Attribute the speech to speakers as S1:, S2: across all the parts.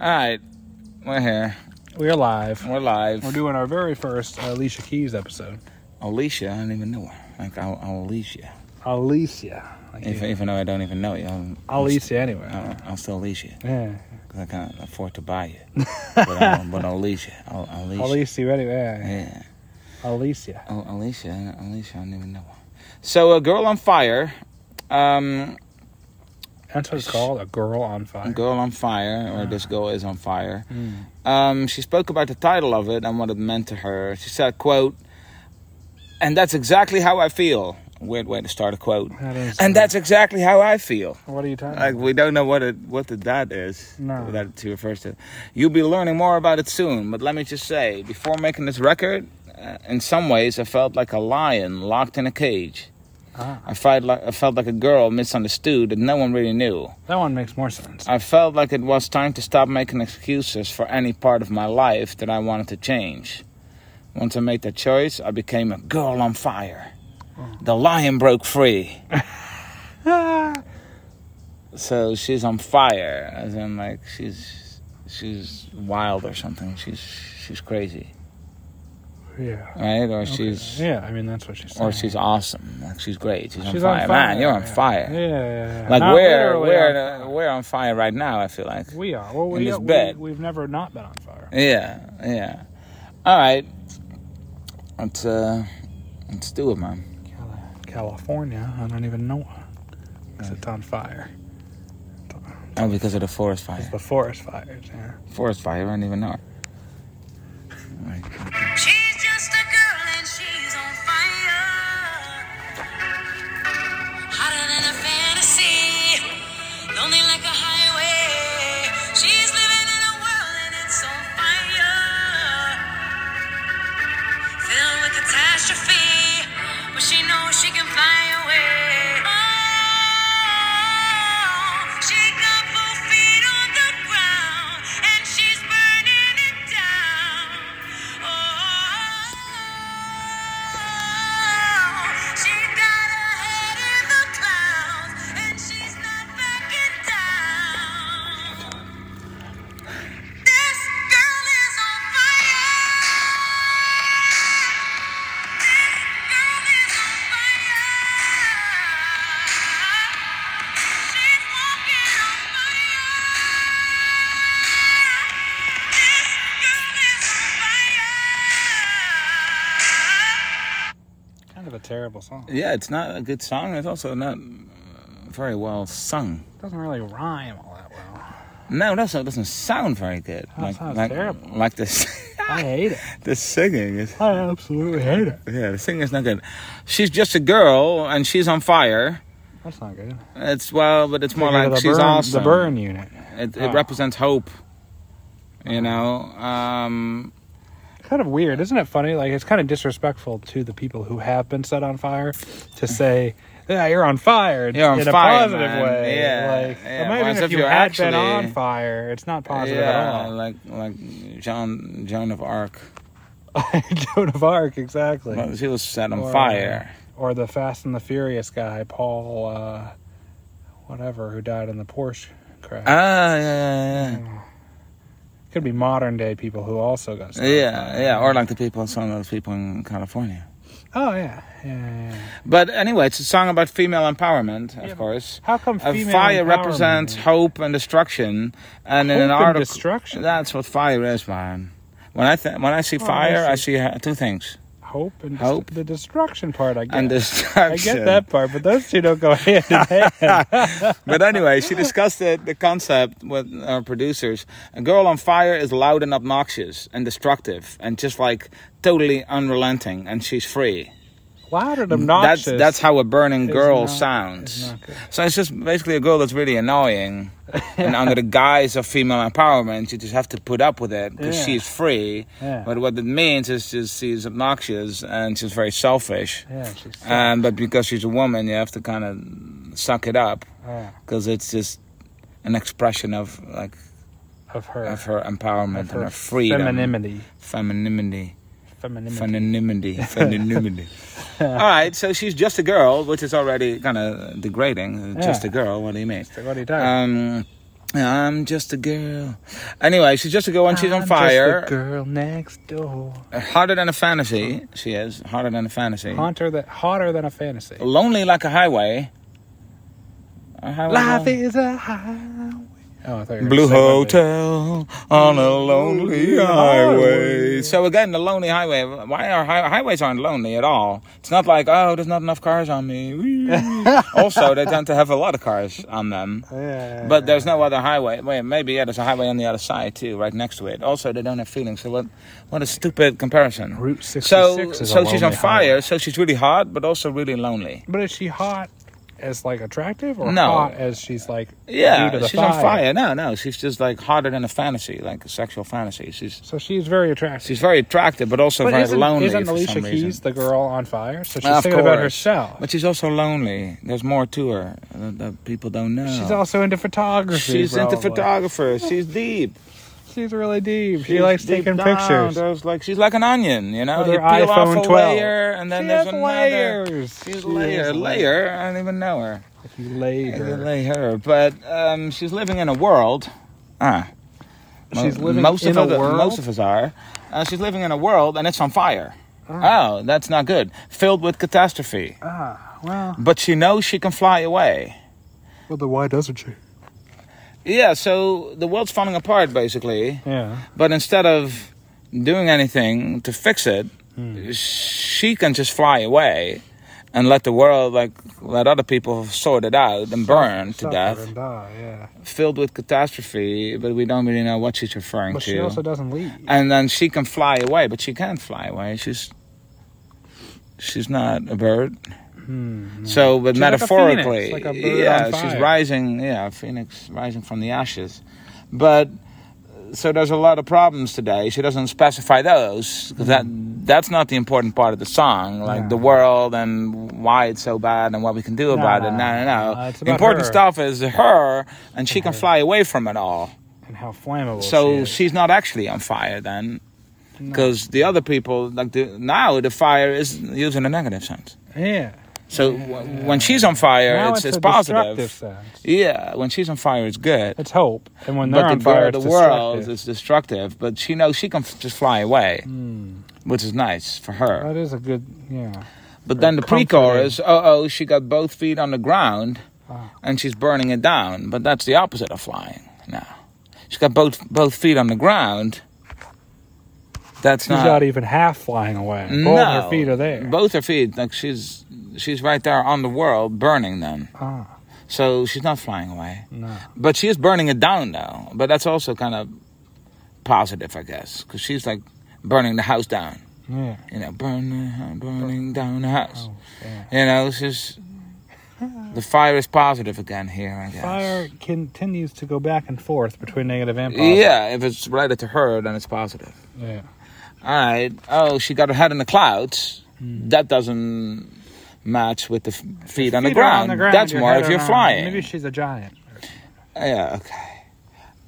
S1: All right, we're here.
S2: We're live.
S1: We're live.
S2: We're doing our very first uh, Alicia Keys episode.
S1: Alicia, I don't even know her. Like I'll, I'll Alicia.
S2: Alicia. Like,
S1: Even, even though I don't even know you, I'm,
S2: Alicia, anyway.
S1: I'm, I'm still Alicia
S2: yeah.
S1: 'cause I can't afford to buy you. but, I'm, but Alicia, Al- Alicia,
S2: Alicia, anyway.
S1: yeah,
S2: Yeah. Alicia.
S1: Al- Alicia, Alicia, I don't even know her. So, a girl on fire. Um,
S2: That's what it's called, a girl on fire. Uh-huh.
S1: girl on fire, or this girl is on fire.
S2: Mm.
S1: Um, she spoke about the title of it and what it meant to her. She said, "quote," and that's exactly how I feel. Weird way to start a quote.
S2: That is-
S1: And that's exactly how I feel.
S2: What are you talking
S1: Like we don't know what it what the that is.
S2: No.
S1: That she refers to. You'll be learning more about it soon. But let me just say, before making this record, uh, in some ways, I felt like a lion locked in a cage.
S2: about? Ah,
S1: I felt like I felt like a girl misunderstood that no one really knew.
S2: that one makes more sense.
S1: I felt like it was time to stop making excuses for any part of my life that I wanted to change. Once I made that choice, I became a girl on fire. The lion broke free.
S2: Ah,
S1: So she's on fire, as in like she's she's wild or something. She's she's crazy,
S2: yeah.
S1: right? Or
S2: Okay.
S1: she's
S2: yeah, I mean, that's what she's saying.
S1: or she's awesome. Like she's great. She's,
S2: She's
S1: on, fire. Man, you're on
S2: yeah.
S1: fire.
S2: Yeah, yeah, yeah.
S1: Like
S2: Not
S1: we're
S2: literally
S1: we're
S2: on
S1: uh,
S2: fire.
S1: we're on fire right now. I feel like.
S2: We are. Well, we,
S1: in this
S2: we,
S1: bed.
S2: We've never not been on fire.
S1: Yeah, yeah. All right. Let's uh, let's do it, man.
S2: California, I don't even know. 'Cause It's on fire.
S1: Oh, because of the forest fire.
S2: It's the forest fires, yeah.
S1: Forest fire. I don't even know. Like,
S3: She's just a girl and she's on fire. Hotter than a fantasy. Lonely like a highway. She's living in a world and it's on fire. Filled with catastrophe. But she knows she can fly away. Oh, she got both feet on the ground and she's burning it down. Oh, she got her head in the clouds and she's not backing down. This girl is on fire. This girl is on fire. She's walking on fire. This girl is on fire.
S2: Kind of a terrible song.
S1: yeah, it's not a good song. It's also not uh, very well sung.
S2: It doesn't really rhyme all that well.
S1: No, it also doesn't sound very good.
S2: That sounds
S1: like,
S2: terrible.
S1: Like this,
S2: I hate it.
S1: the singing is.
S2: I absolutely hate it.
S1: Yeah, the singing is not good. She's just a girl and she's on fire.
S2: That's not good.
S1: It's well, but it's more
S2: Figure
S1: like
S2: the
S1: she's
S2: burn,
S1: awesome.
S2: The burn unit.
S1: It, it
S2: Oh.
S1: represents hope. You
S2: Ah.
S1: know, um,
S2: Kind of weird, isn't it? Funny, like it's kind of disrespectful to the people who have been set on fire to say, "Yeah, you're on fire."
S1: You're on
S2: in
S1: fire,
S2: a positive
S1: man.
S2: way.
S1: Yeah,
S2: Like
S1: yeah.
S2: imagine
S1: Whereas
S2: if,
S1: if
S2: you
S1: you're
S2: had been
S1: actually-
S2: on fire, it's not positive
S1: yeah,
S2: at all.
S1: like like John Joan of Arc.
S2: Joan of Arc, exactly.
S1: Well, she was set on
S2: Or,
S1: fire.
S2: or the Fast and the Furious guy, Paul, uh, whatever, who died in the Porsche crash.
S1: Ah, yeah,
S2: Mm.
S1: yeah,
S2: Could be modern day people who also got
S1: yeah,
S2: set on
S1: yeah,
S2: fire.
S1: yeah. Or like the people, some of those people in California.
S2: Oh yeah, yeah. yeah, yeah.
S1: But anyway, it's a song about female empowerment, of
S2: Yeah, but
S1: course.
S2: How come
S1: A
S2: female
S1: fire
S2: empowerment?
S1: represents hope and destruction, and in
S2: Hope
S1: an
S2: and
S1: article,
S2: destruction?
S1: That's what fire is, man. When I th- when I see
S2: Oh, I
S1: fire, I see,
S2: see.
S1: uh, two things:
S2: hope and dest-
S1: Hope.
S2: the destruction part. I get.
S1: and
S2: I
S1: destruction.
S2: get that part, but those two don't go hand in hand.
S1: but anyway, she discussed the, the concept with our producers. A girl on fire is loud and obnoxious and destructive and just like totally unrelenting, and she's free.
S2: Loud and obnoxious.
S1: That's that's how a burning
S2: is
S1: girl
S2: not- is
S1: sounds.
S2: not good.
S1: So it's just basically a girl that's really annoying, and under the guise of female empowerment, you just have to put up with it because
S2: Yeah.
S1: she's free.
S2: Yeah.
S1: But what it means is just she's obnoxious and she's very selfish.
S2: Yeah, she's.
S1: And but because she's a woman, you have to kind of suck it up
S2: yeah,
S1: because it's just an expression of like
S2: of her.
S1: of her empowerment
S2: of her
S1: and her freedom,
S2: Femininity.
S1: femininity,
S2: Femininity.
S1: femininity, femininity. All right, so she's just a girl, which is already kind of degrading. Just
S2: Yeah.
S1: a girl. What do you mean?
S2: So what are you talking?
S1: Um, I'm just a girl. Anyway, she's just a girl and she's on
S2: I'm
S1: fire.
S2: Just the girl next door.
S1: Hotter than a fantasy. She is. Hotter than a fantasy.
S2: Haunter that hotter than a fantasy.
S1: Lonely like a highway. A highway
S2: Life
S1: lonely.
S2: is a highway. Oh, I Oh. thought you were
S1: Blue
S2: gonna say one thing.
S1: Hotel on a lonely highway. So again, the lonely highway. Why are hi- highways aren't lonely at all? It's not like oh, there's not enough cars on me. Wee. also, they tend to have a lot of cars on them.
S2: Yeah.
S1: But there's no other highway. Wait, maybe yeah, there's a highway on the other side too, right next to it. Also, they don't have feelings. So what? What a stupid comparison.
S2: Route 66
S1: So,
S2: is a
S1: so she's on
S2: lonely
S1: fire.
S2: highway.
S1: So she's really hot, but also really lonely.
S2: But is she hot as like attractive or
S1: No.
S2: hot as she's like
S1: Yeah,
S2: due to the
S1: she's on fire. No, no, she's just like hotter than a fantasy, like a sexual fantasy. She's
S2: So she's very attractive.
S1: she's very attractive, but also
S2: but
S1: very
S2: isn't,
S1: lonely
S2: isn't
S1: for
S2: Alicia
S1: some
S2: Keys
S1: reason.
S2: the girl on fire? So she's
S1: Of
S2: thinking about
S1: course.
S2: herself.
S1: But she's also lonely. There's more to her that, that people don't know.
S2: She's also into photography.
S1: she's into
S2: probably.
S1: photographers. She's deep.
S2: She's really deep. she
S1: She's
S2: likes
S1: deep
S2: taking
S1: down.
S2: pictures.
S1: There's like she's like an onion, you know.
S2: With
S1: you
S2: her
S1: peel off
S2: iPhone
S1: a
S2: 12.
S1: layer, and then
S2: She
S1: there's
S2: has
S1: another.
S2: layers. She
S1: She's
S2: has
S1: layer, layer. I don't even know her.
S2: If you laid
S1: Yeah,
S2: her.
S1: they lay her, but um, she's living in a world. Ah, Mo-
S2: She's living
S1: most
S2: in
S1: of
S2: a
S1: us-
S2: world?
S1: Most of us are. Uh, she's living in a world, and it's on fire. Oh. that's not good. Filled with catastrophe.
S2: Ah, well.
S1: But she knows she can fly away.
S2: Well, then why doesn't she?
S1: Yeah, so the world's falling apart basically.
S2: Yeah.
S1: But instead of doing anything to fix it,
S2: Hmm.
S1: she can just fly away and let the world, like, let other people sort it out and burn to
S2: Suffer
S1: death.
S2: and die, yeah.
S1: filled with catastrophe, but we don't really know what she's referring
S2: But
S1: to.
S2: she also doesn't leave.
S1: and then she can fly away, but she can't fly away. She's she's not a bird. So, but
S2: She's like a
S1: metaphorically,
S2: phoenix, like a bird
S1: yeah,
S2: on
S1: she's
S2: fire.
S1: rising. Yeah, a phoenix rising from the ashes. But uh, so there's a lot of problems today. She doesn't specify those 'cause that
S2: Mm-hmm.
S1: that's not the important part of the song, like
S2: No.
S1: the world and why it's so bad and what we can do about it. No, no, no.
S2: no, it's
S1: the
S2: about
S1: important
S2: her.
S1: stuff is her, and she can fly away from it all.
S2: And how flammable
S1: So
S2: she is.
S1: she's not actually on fire then,
S2: No.
S1: because the other people like the, now the fire is used in a negative sense.
S2: Yeah.
S1: So w- when she's on fire,
S2: now
S1: it's, it's,
S2: it's, a destructive
S1: positive.
S2: sense.
S1: Yeah, when she's on fire, it's good.
S2: It's hope. And when they're
S1: but
S2: on
S1: the,
S2: fire,
S1: the
S2: it's
S1: world
S2: destructive.
S1: is destructive. But she knows she can f- just fly away,
S2: Hmm.
S1: which is nice for her.
S2: That is a good, yeah.
S1: But then the
S2: comforting.
S1: pre-chorus, oh oh, she got both feet on the ground,
S2: Ah.
S1: and she's burning it down. But that's the opposite of flying. No, she's got both both feet on the ground. That's
S2: She's not even half flying away. Both her feet are there.
S1: Both her feet, like she's she's right there on the world, burning them.
S2: ah,
S1: So she's not flying away,
S2: no.
S1: but she is burning it down though. But that's also kind of positive, I guess, because she's like burning the house down.
S2: Yeah.
S1: You know, burn, the hou- burning down the house.
S2: Oh, yeah.
S1: You know, it's just the fire is positive again here. I guess.
S2: Fire continues to go back and forth between negative and positive.
S1: Yeah, if it's related to her, then it's positive.
S2: Yeah.
S1: all right, oh, she got her head in the clouds.
S2: Hmm.
S1: That doesn't match with the f- feet, on, the
S2: Feet are
S1: ground. That's
S2: your
S1: more
S2: head
S1: if
S2: are
S1: you're
S2: on-
S1: flying.
S2: Maybe she's a giant.
S1: Oh, Yeah, okay.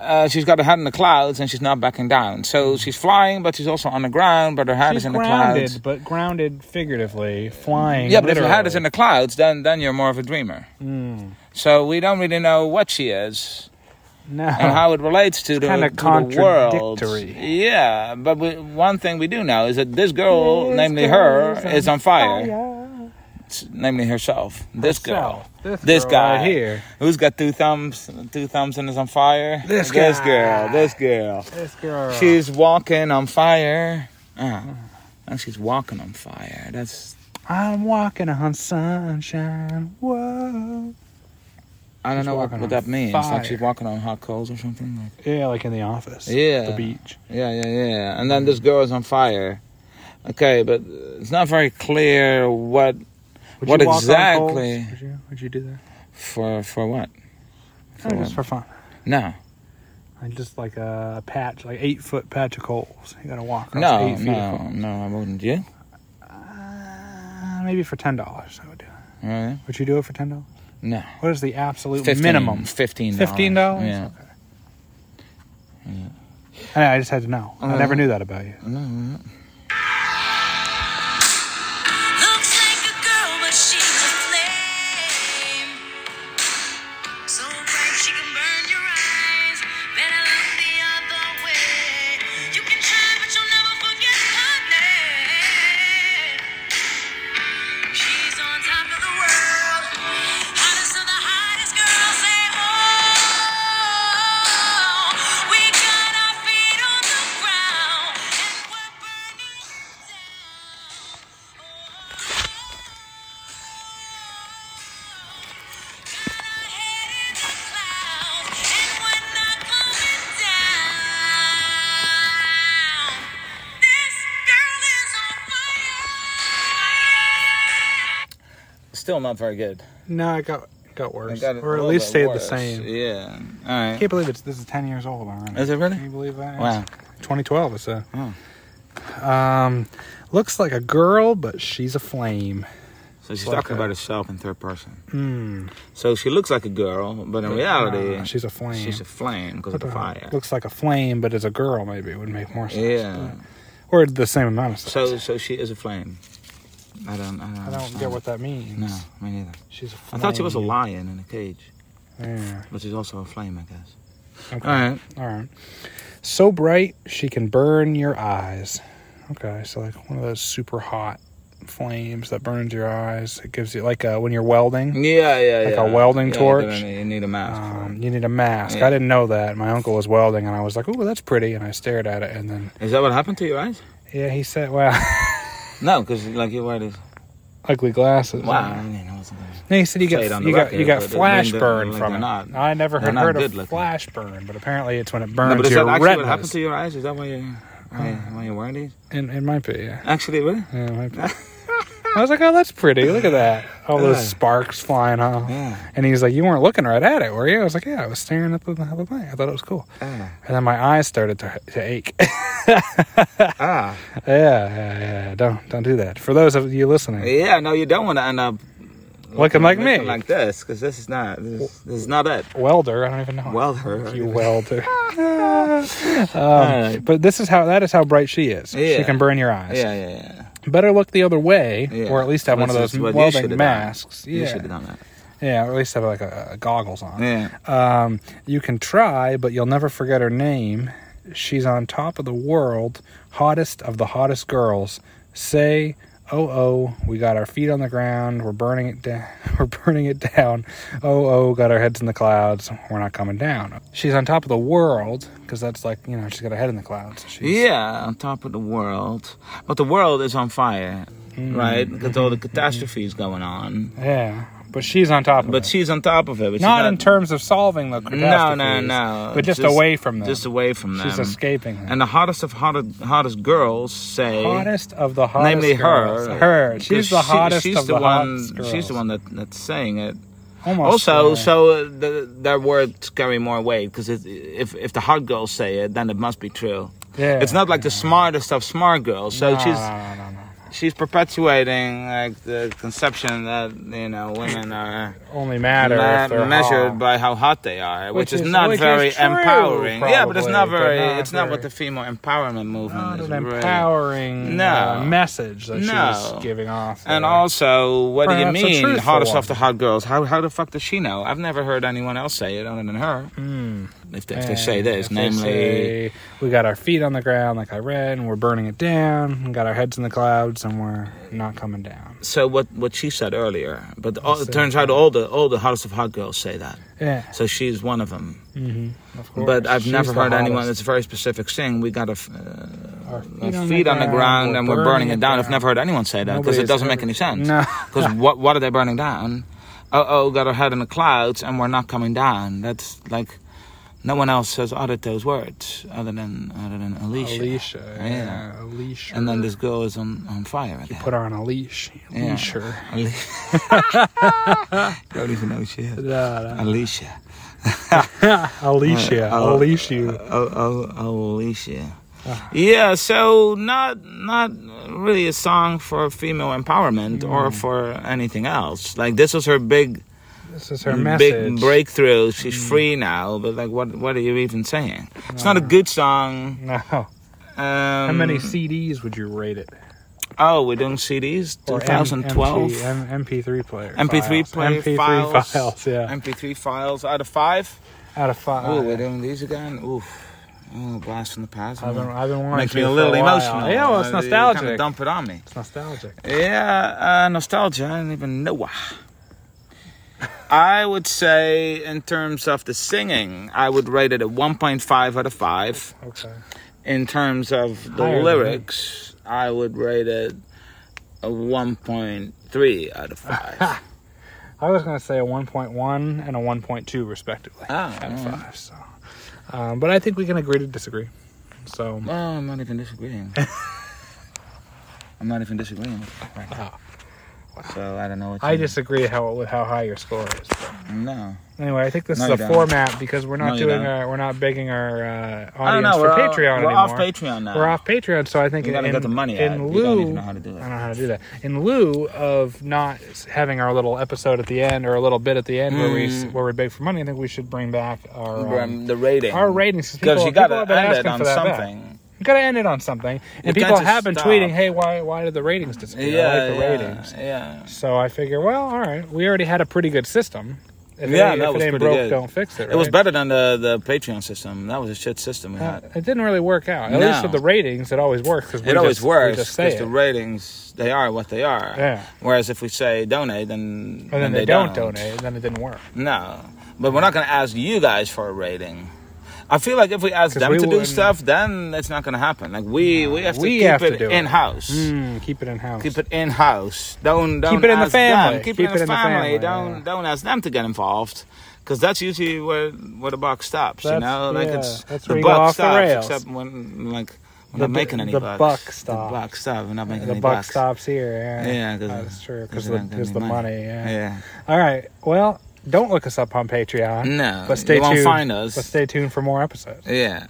S1: Uh, she's got her head in the clouds and she's not backing down. So she's flying, but she's also on the ground, but her head
S2: Hmm. She's
S1: is in
S2: grounded,
S1: the clouds.
S2: but grounded figuratively, flying.
S1: Yeah, but if her head is in the clouds, then then you're more of a dreamer.
S2: Mm.
S1: So we don't really know what she is
S2: No.
S1: and how it relates to, the,
S2: kinda
S1: to the world.
S2: contradictory.
S1: Yeah, but we, one thing we do know is that this girl,
S2: This
S1: namely
S2: girl
S1: her,
S2: is
S1: is
S2: on
S1: on,
S2: Oh,
S1: fire.
S2: Fire.
S1: It's namely herself. This girl.
S2: Herself. This,
S1: This
S2: girl
S1: guy.
S2: right here.
S1: Who's got two thumbs two thumbs and is on fire?
S2: This guy.
S1: girl, this girl.
S2: This girl.
S1: She's walking on fire. Ah. And she's walking on fire. That's
S2: I'm walking on sunshine. Whoa.
S1: I don't
S2: She's
S1: know what,
S2: walking
S1: what
S2: on
S1: that means. Like she's
S2: fire.
S1: walking on hot coals or something. Like,
S2: Yeah, like in the office.
S1: Yeah.
S2: The beach.
S1: yeah, yeah, yeah. And then this girl is on fire. Okay, but it's not very clear what
S2: Would
S1: What
S2: you walk on
S1: exactly-
S2: coals? Would you, would you do that?
S1: for for what.
S2: Oh,
S1: For
S2: just for fun.
S1: No,
S2: Like just like a patch, like eight foot patch of coals. You gotta walk. across
S1: no,
S2: eight feet of
S1: no,
S2: coals.
S1: no. I wouldn't. You?
S2: Uh, maybe for ten dollars, I would do. it.
S1: Really?
S2: Would you do it for ten dollars?
S1: No.
S2: What is the absolute
S1: 15,
S2: minimum?
S1: Fifteen.
S2: Fifteen dollars.
S1: Yeah.
S2: Okay. And I just had to know. I never
S1: Uh,
S2: knew that about you.
S3: Looks like a girl, but she's a flame. So bright she can burn your eyes. "Oh, Oh,
S1: still not very good.
S2: No, it got got worse,
S1: It got a
S2: or at
S1: little
S2: least
S1: bit
S2: stayed the
S1: worse.
S2: same.
S1: Yeah. All
S2: I
S1: right.
S2: can't believe it's this is ten years old already.
S1: Is it really?
S2: Can you believe that?
S1: Wow.
S2: 2012. It's a.
S1: Oh.
S2: Um, looks like a girl, but she's a flame.
S1: So she's
S2: Like
S1: talking
S2: a-
S1: about herself in third person.
S2: Hmm.
S1: So she looks like a girl, but in reality,
S2: Uh, she's a flame.
S1: she's a flame because of the
S2: Uh,
S1: fire.
S2: Looks like a flame, but as a girl, maybe it would make more sense.
S1: Yeah.
S2: Or the same amount of sense.
S1: So so she is a flame. I don't. I don't,
S2: I don't get
S1: understand.
S2: what that means.
S1: No, me neither.
S2: She's a
S1: I
S2: flame.
S1: thought she was a lion in a cage,
S2: Yeah.
S1: which is also a flame, I guess.
S2: Okay.
S1: All right.
S2: All right. So bright she can burn your eyes. Okay, so like one of those super hot flames that burns your eyes. It gives you like uh when you're welding.
S1: Yeah, yeah,
S2: Like
S1: yeah.
S2: a welding
S1: Yeah,
S2: torch?
S1: then You need a mask.
S2: Um, you need a mask.
S1: Yeah.
S2: I didn't know that. My uncle was welding, and I was like, "Oh, that's pretty," and I stared at it, and then
S1: is that what happened to your eyes?
S2: yeah, he said, "Well,
S1: No, because like you wear this.
S2: ugly glasses."
S1: Wow. I mean, I wasn't gonna-
S2: And he said you
S1: Say
S2: got
S1: it on the
S2: you got
S1: record,
S2: you got
S1: but it
S2: flash
S1: means that,
S2: burn
S1: like,
S2: from
S1: they're
S2: it.
S1: not-
S2: I never
S1: they're
S2: had
S1: not
S2: heard of
S1: good looking.
S2: flash burn, but apparently it's when it
S1: No,
S2: burns
S1: but is that
S2: your
S1: actually what happened
S2: retinas.
S1: to your eyes? Is that why you why, why you wearing these?
S2: It, it might be. Yeah.
S1: Actually, really?
S2: Yeah, it might be. I was like, "Oh, that's pretty. Look at that! All
S1: Yeah.
S2: those sparks flying off."
S1: Yeah.
S2: And he's like, "You weren't looking right at it, were you?" I was like, "Yeah, I was staring at the, at the thing. I thought it was cool."
S1: Ah.
S2: And then my eyes started to, to ache.
S1: ah.
S2: Yeah, yeah, yeah. Don't don't do that. For those of you listening,
S1: Yeah. No, you don't want to end up
S2: looking like me,
S1: looking like this because this is not this, is- this is not it.
S2: welder. I don't even know.
S1: Well, her.
S2: you welder. Um,
S1: Alright.
S2: but this is how that is how bright she is.
S1: Yeah.
S2: She can burn your eyes.
S1: Yeah, yeah, yeah.
S2: Better look the other way,
S1: Yeah.
S2: or at least have one of
S1: Which is
S2: those
S1: what you should've done.
S2: welding masks.
S1: You
S2: Yeah,
S1: should have done that.
S2: yeah, or at least have like a, a goggles on.
S1: Yeah.
S2: Um, you can try, but you'll never forget her name. She's on top of the world, hottest of the hottest girls. Say, oh oh, we got our feet on the ground. We're burning it down. We're burning it down. Oh oh, got our heads in the clouds. We're not coming down. She's on top of the world because that's like you know she's got her head in the clouds. She's,
S1: Yeah, on top of the world, but the world is on fire,
S2: Mm.
S1: right? Because all the
S2: Mm-hmm.
S1: catastrophes going on,
S2: yeah, but she's on top of
S1: but
S2: it.
S1: she's on top of it. But she's
S2: not, in terms of solving the
S1: No,
S2: catastrophes.
S1: no, no.
S2: But just, away from them.
S1: Just away from them.
S2: she's escaping them.
S1: And the hottest of hottest, hottest girls say,
S2: hottest of the hottest.
S1: namely
S2: girls.
S1: her.
S2: Her.
S1: 'cause
S2: She's the
S1: she-
S2: hottest
S1: she's
S2: of the,
S1: one,
S2: hottest girls.
S1: She's the one that, that's saying it.
S2: Almost.
S1: Also,
S2: uh,
S1: so uh, the, their words carry more weight because if if the hot girls say it, then it must be true.
S2: yeah.
S1: It's not like the smartest of smart girls. So
S2: No,
S1: she's
S2: no, no, no.
S1: she's perpetuating like the conception that you know women are
S2: only matter
S1: me-
S2: if they're
S1: measured
S2: hot.
S1: by how hot they are, which,
S2: Which
S1: is,
S2: is-
S1: not
S2: which is
S1: very
S2: true,
S1: empowering. yeah, but it's not
S2: probably, but
S1: very.
S2: not
S1: it's not what the
S2: very-
S1: female empowerment movement
S2: Not
S1: is.
S2: an
S1: really.
S2: empowering
S1: No.
S2: uh, message that
S1: No.
S2: she's giving off.
S1: And
S2: there.
S1: also, what do you
S2: Perhaps a
S1: mean,
S2: truthful
S1: hottest
S2: one.
S1: of the hot girls? How how the fuck does she know? I've never heard anyone else say it other than her.
S2: Mm.
S1: If they, if they say
S2: And
S1: this,
S2: if they
S1: namely,
S2: say, we got our feet on the ground, like I read, and we're burning it down. We got our heads in the clouds, and we're not coming down.
S1: so what what she said earlier. But all, it
S2: Yes,
S1: turns out all the all the hottest of hot girls say that.
S2: Yeah,
S1: So she's one of them.
S2: mm-hmm. of course.
S1: But I've
S2: She's
S1: never
S2: the
S1: heard anyone.
S2: hottest.
S1: It's a very specific thing. We got a. f- Uh,
S2: Our
S1: feet, on the ground and we're burning it down. I've never heard anyone say that because it
S2: Nobody's
S1: doesn't
S2: ever-
S1: make any sense.
S2: No.
S1: Because what what are they burning down? Uh oh, got our head in the clouds and we're not coming down. That's like no one else has uttered those words other than other than Alicia.
S2: Alicia.
S1: Yeah.
S2: uh, Yeah. Alicia.
S1: And then this girl is on on fire again.
S2: Put her on a leash.
S1: Yeah.
S2: Leasher.
S1: Ali- don't even know who she is.
S2: Da,
S1: Alicia.
S2: da. Alicia.
S1: Oh.
S2: Alicia.
S1: Oh, oh, Alicia. Yeah, so not not really a song for female empowerment or
S2: Mm.
S1: for anything else. Like this was her big
S2: This is her
S1: big
S2: message. Mm.
S1: breakthrough. She's free now, but like what what are you even saying? It's not a good song.
S2: No.
S1: Um,
S2: Uh, How many CDs would you rate it?
S1: Oh, we're doing CDs.
S2: Or M-
S1: 2012
S2: MT, M- MP3 player.
S1: MP3
S2: files.
S1: player
S2: MP3
S1: files.
S2: files, yeah. Uh,
S1: MP3 files out of five.
S2: Out of five.
S1: Oh, we're doing these again. Oof. Oh, blast from the past.
S2: I've been, I've been wanting
S1: Makes
S2: to
S1: me a
S2: for
S1: little
S2: while.
S1: emotional.
S2: Yeah, well, it's
S1: Uh, you kinda
S2: nostalgic.
S1: dump it on me.
S2: It's nostalgic.
S1: Yeah, uh, nostalgia. I don't even know why. I would say, in terms of the singing, I would rate it a 1.5 out of 5.
S2: Okay.
S1: In terms of the
S2: Higher than
S1: lyrics, I would rate it a 1.3 out of 5.
S2: I was going to say a 1.1 and a 1.2, respectively.
S1: Ah,
S2: out of five. So. Um, but I think we can agree to disagree. So.
S1: oh, I'm not even disagreeing. I'm not even disagreeing. So I don't know what you
S2: I disagree how with how high your score is.
S1: No.
S2: Anyway, I think this
S1: No, you
S2: is a
S1: don't.
S2: format because we're not
S1: No, you
S2: doing
S1: don't.
S2: our, we're not begging our uh,
S1: I don't
S2: audience
S1: know.
S2: for
S1: We're, all-
S2: Patreon
S1: we're
S2: anymore.
S1: off Patreon now.
S2: We're off Patreon, so I think
S1: We gotta
S2: in,
S1: get the money
S2: in
S1: out.
S2: lieu,
S1: We don't even know how to do
S2: I
S1: it.
S2: don't know how to do that. In lieu of not having our little episode at the end or a little bit at the end where we s-
S1: Mm.
S2: where we beg for money, I think we should bring back our um,
S1: Um, the rating.
S2: our ratings
S1: Because
S2: people-
S1: you
S2: people
S1: gotta
S2: have been
S1: end it
S2: asking
S1: on
S2: for that back.
S1: something.
S2: You gotta end it on something, and
S1: You
S2: people
S1: can't
S2: have
S1: just
S2: been
S1: stop.
S2: tweeting, "Hey, why why did the ratings disappear? I
S1: Yeah,
S2: like the
S1: yeah,
S2: ratings."
S1: yeah.
S2: So I figure, well, all right, we already had a pretty good system. If
S1: Yeah,
S2: it, ain't-
S1: that
S2: if
S1: was
S2: it ain't
S1: pretty
S2: broke,
S1: good.
S2: don't fix it. Right?
S1: It was better than the the Patreon system. That was a shit system we
S2: Uh,
S1: had.
S2: it didn't really work out. At
S1: No.
S2: least with the ratings, it always works. Cause we
S1: It always
S2: just,
S1: works
S2: We just say
S1: because
S2: it.
S1: the ratings they are what they are.
S2: Yeah.
S1: Whereas if we say donate, then
S2: and then they, don't, donate, then it didn't work.
S1: No, but we're not going to ask you guys for a rating. I feel like if we ask
S2: 'Cause
S1: them
S2: we
S1: to do
S2: wouldn't-
S1: stuff, then it's not going to happen. Like we we have to
S2: we
S1: keep
S2: have to
S1: it
S2: do it. Mm.
S1: in house.
S2: keep it in
S1: Hmm.
S2: house.
S1: Keep it in house. Don't don't
S2: Keep it in the
S1: ask them.
S2: family.
S1: Keep, it in the family. Don't
S2: yeah.
S1: don't ask them to get involved, because that's usually where where the buck stops. you
S2: That's-
S1: know, like
S2: yeah,
S1: it's
S2: that's
S1: the
S2: where you go
S1: buck
S2: off the
S1: stops,
S2: rails.
S1: except when like we're
S2: The
S1: not
S2: bu-
S1: making any
S2: the
S1: bucks.
S2: buck
S1: The
S2: stops.
S1: buck stops. We're not making
S2: the
S1: any
S2: buck
S1: bucks.
S2: stops here. Yeah,
S1: Yeah, 'cause-
S2: that's true. Because
S1: we're not getting
S2: the
S1: any
S2: money. Yeah.
S1: Yeah. Mm.
S2: All right. Well, don't look us up on Patreon.
S1: No.
S2: But stay
S1: you
S2: tuned.
S1: won't find us.
S2: But stay tuned for more episodes.
S1: yeah.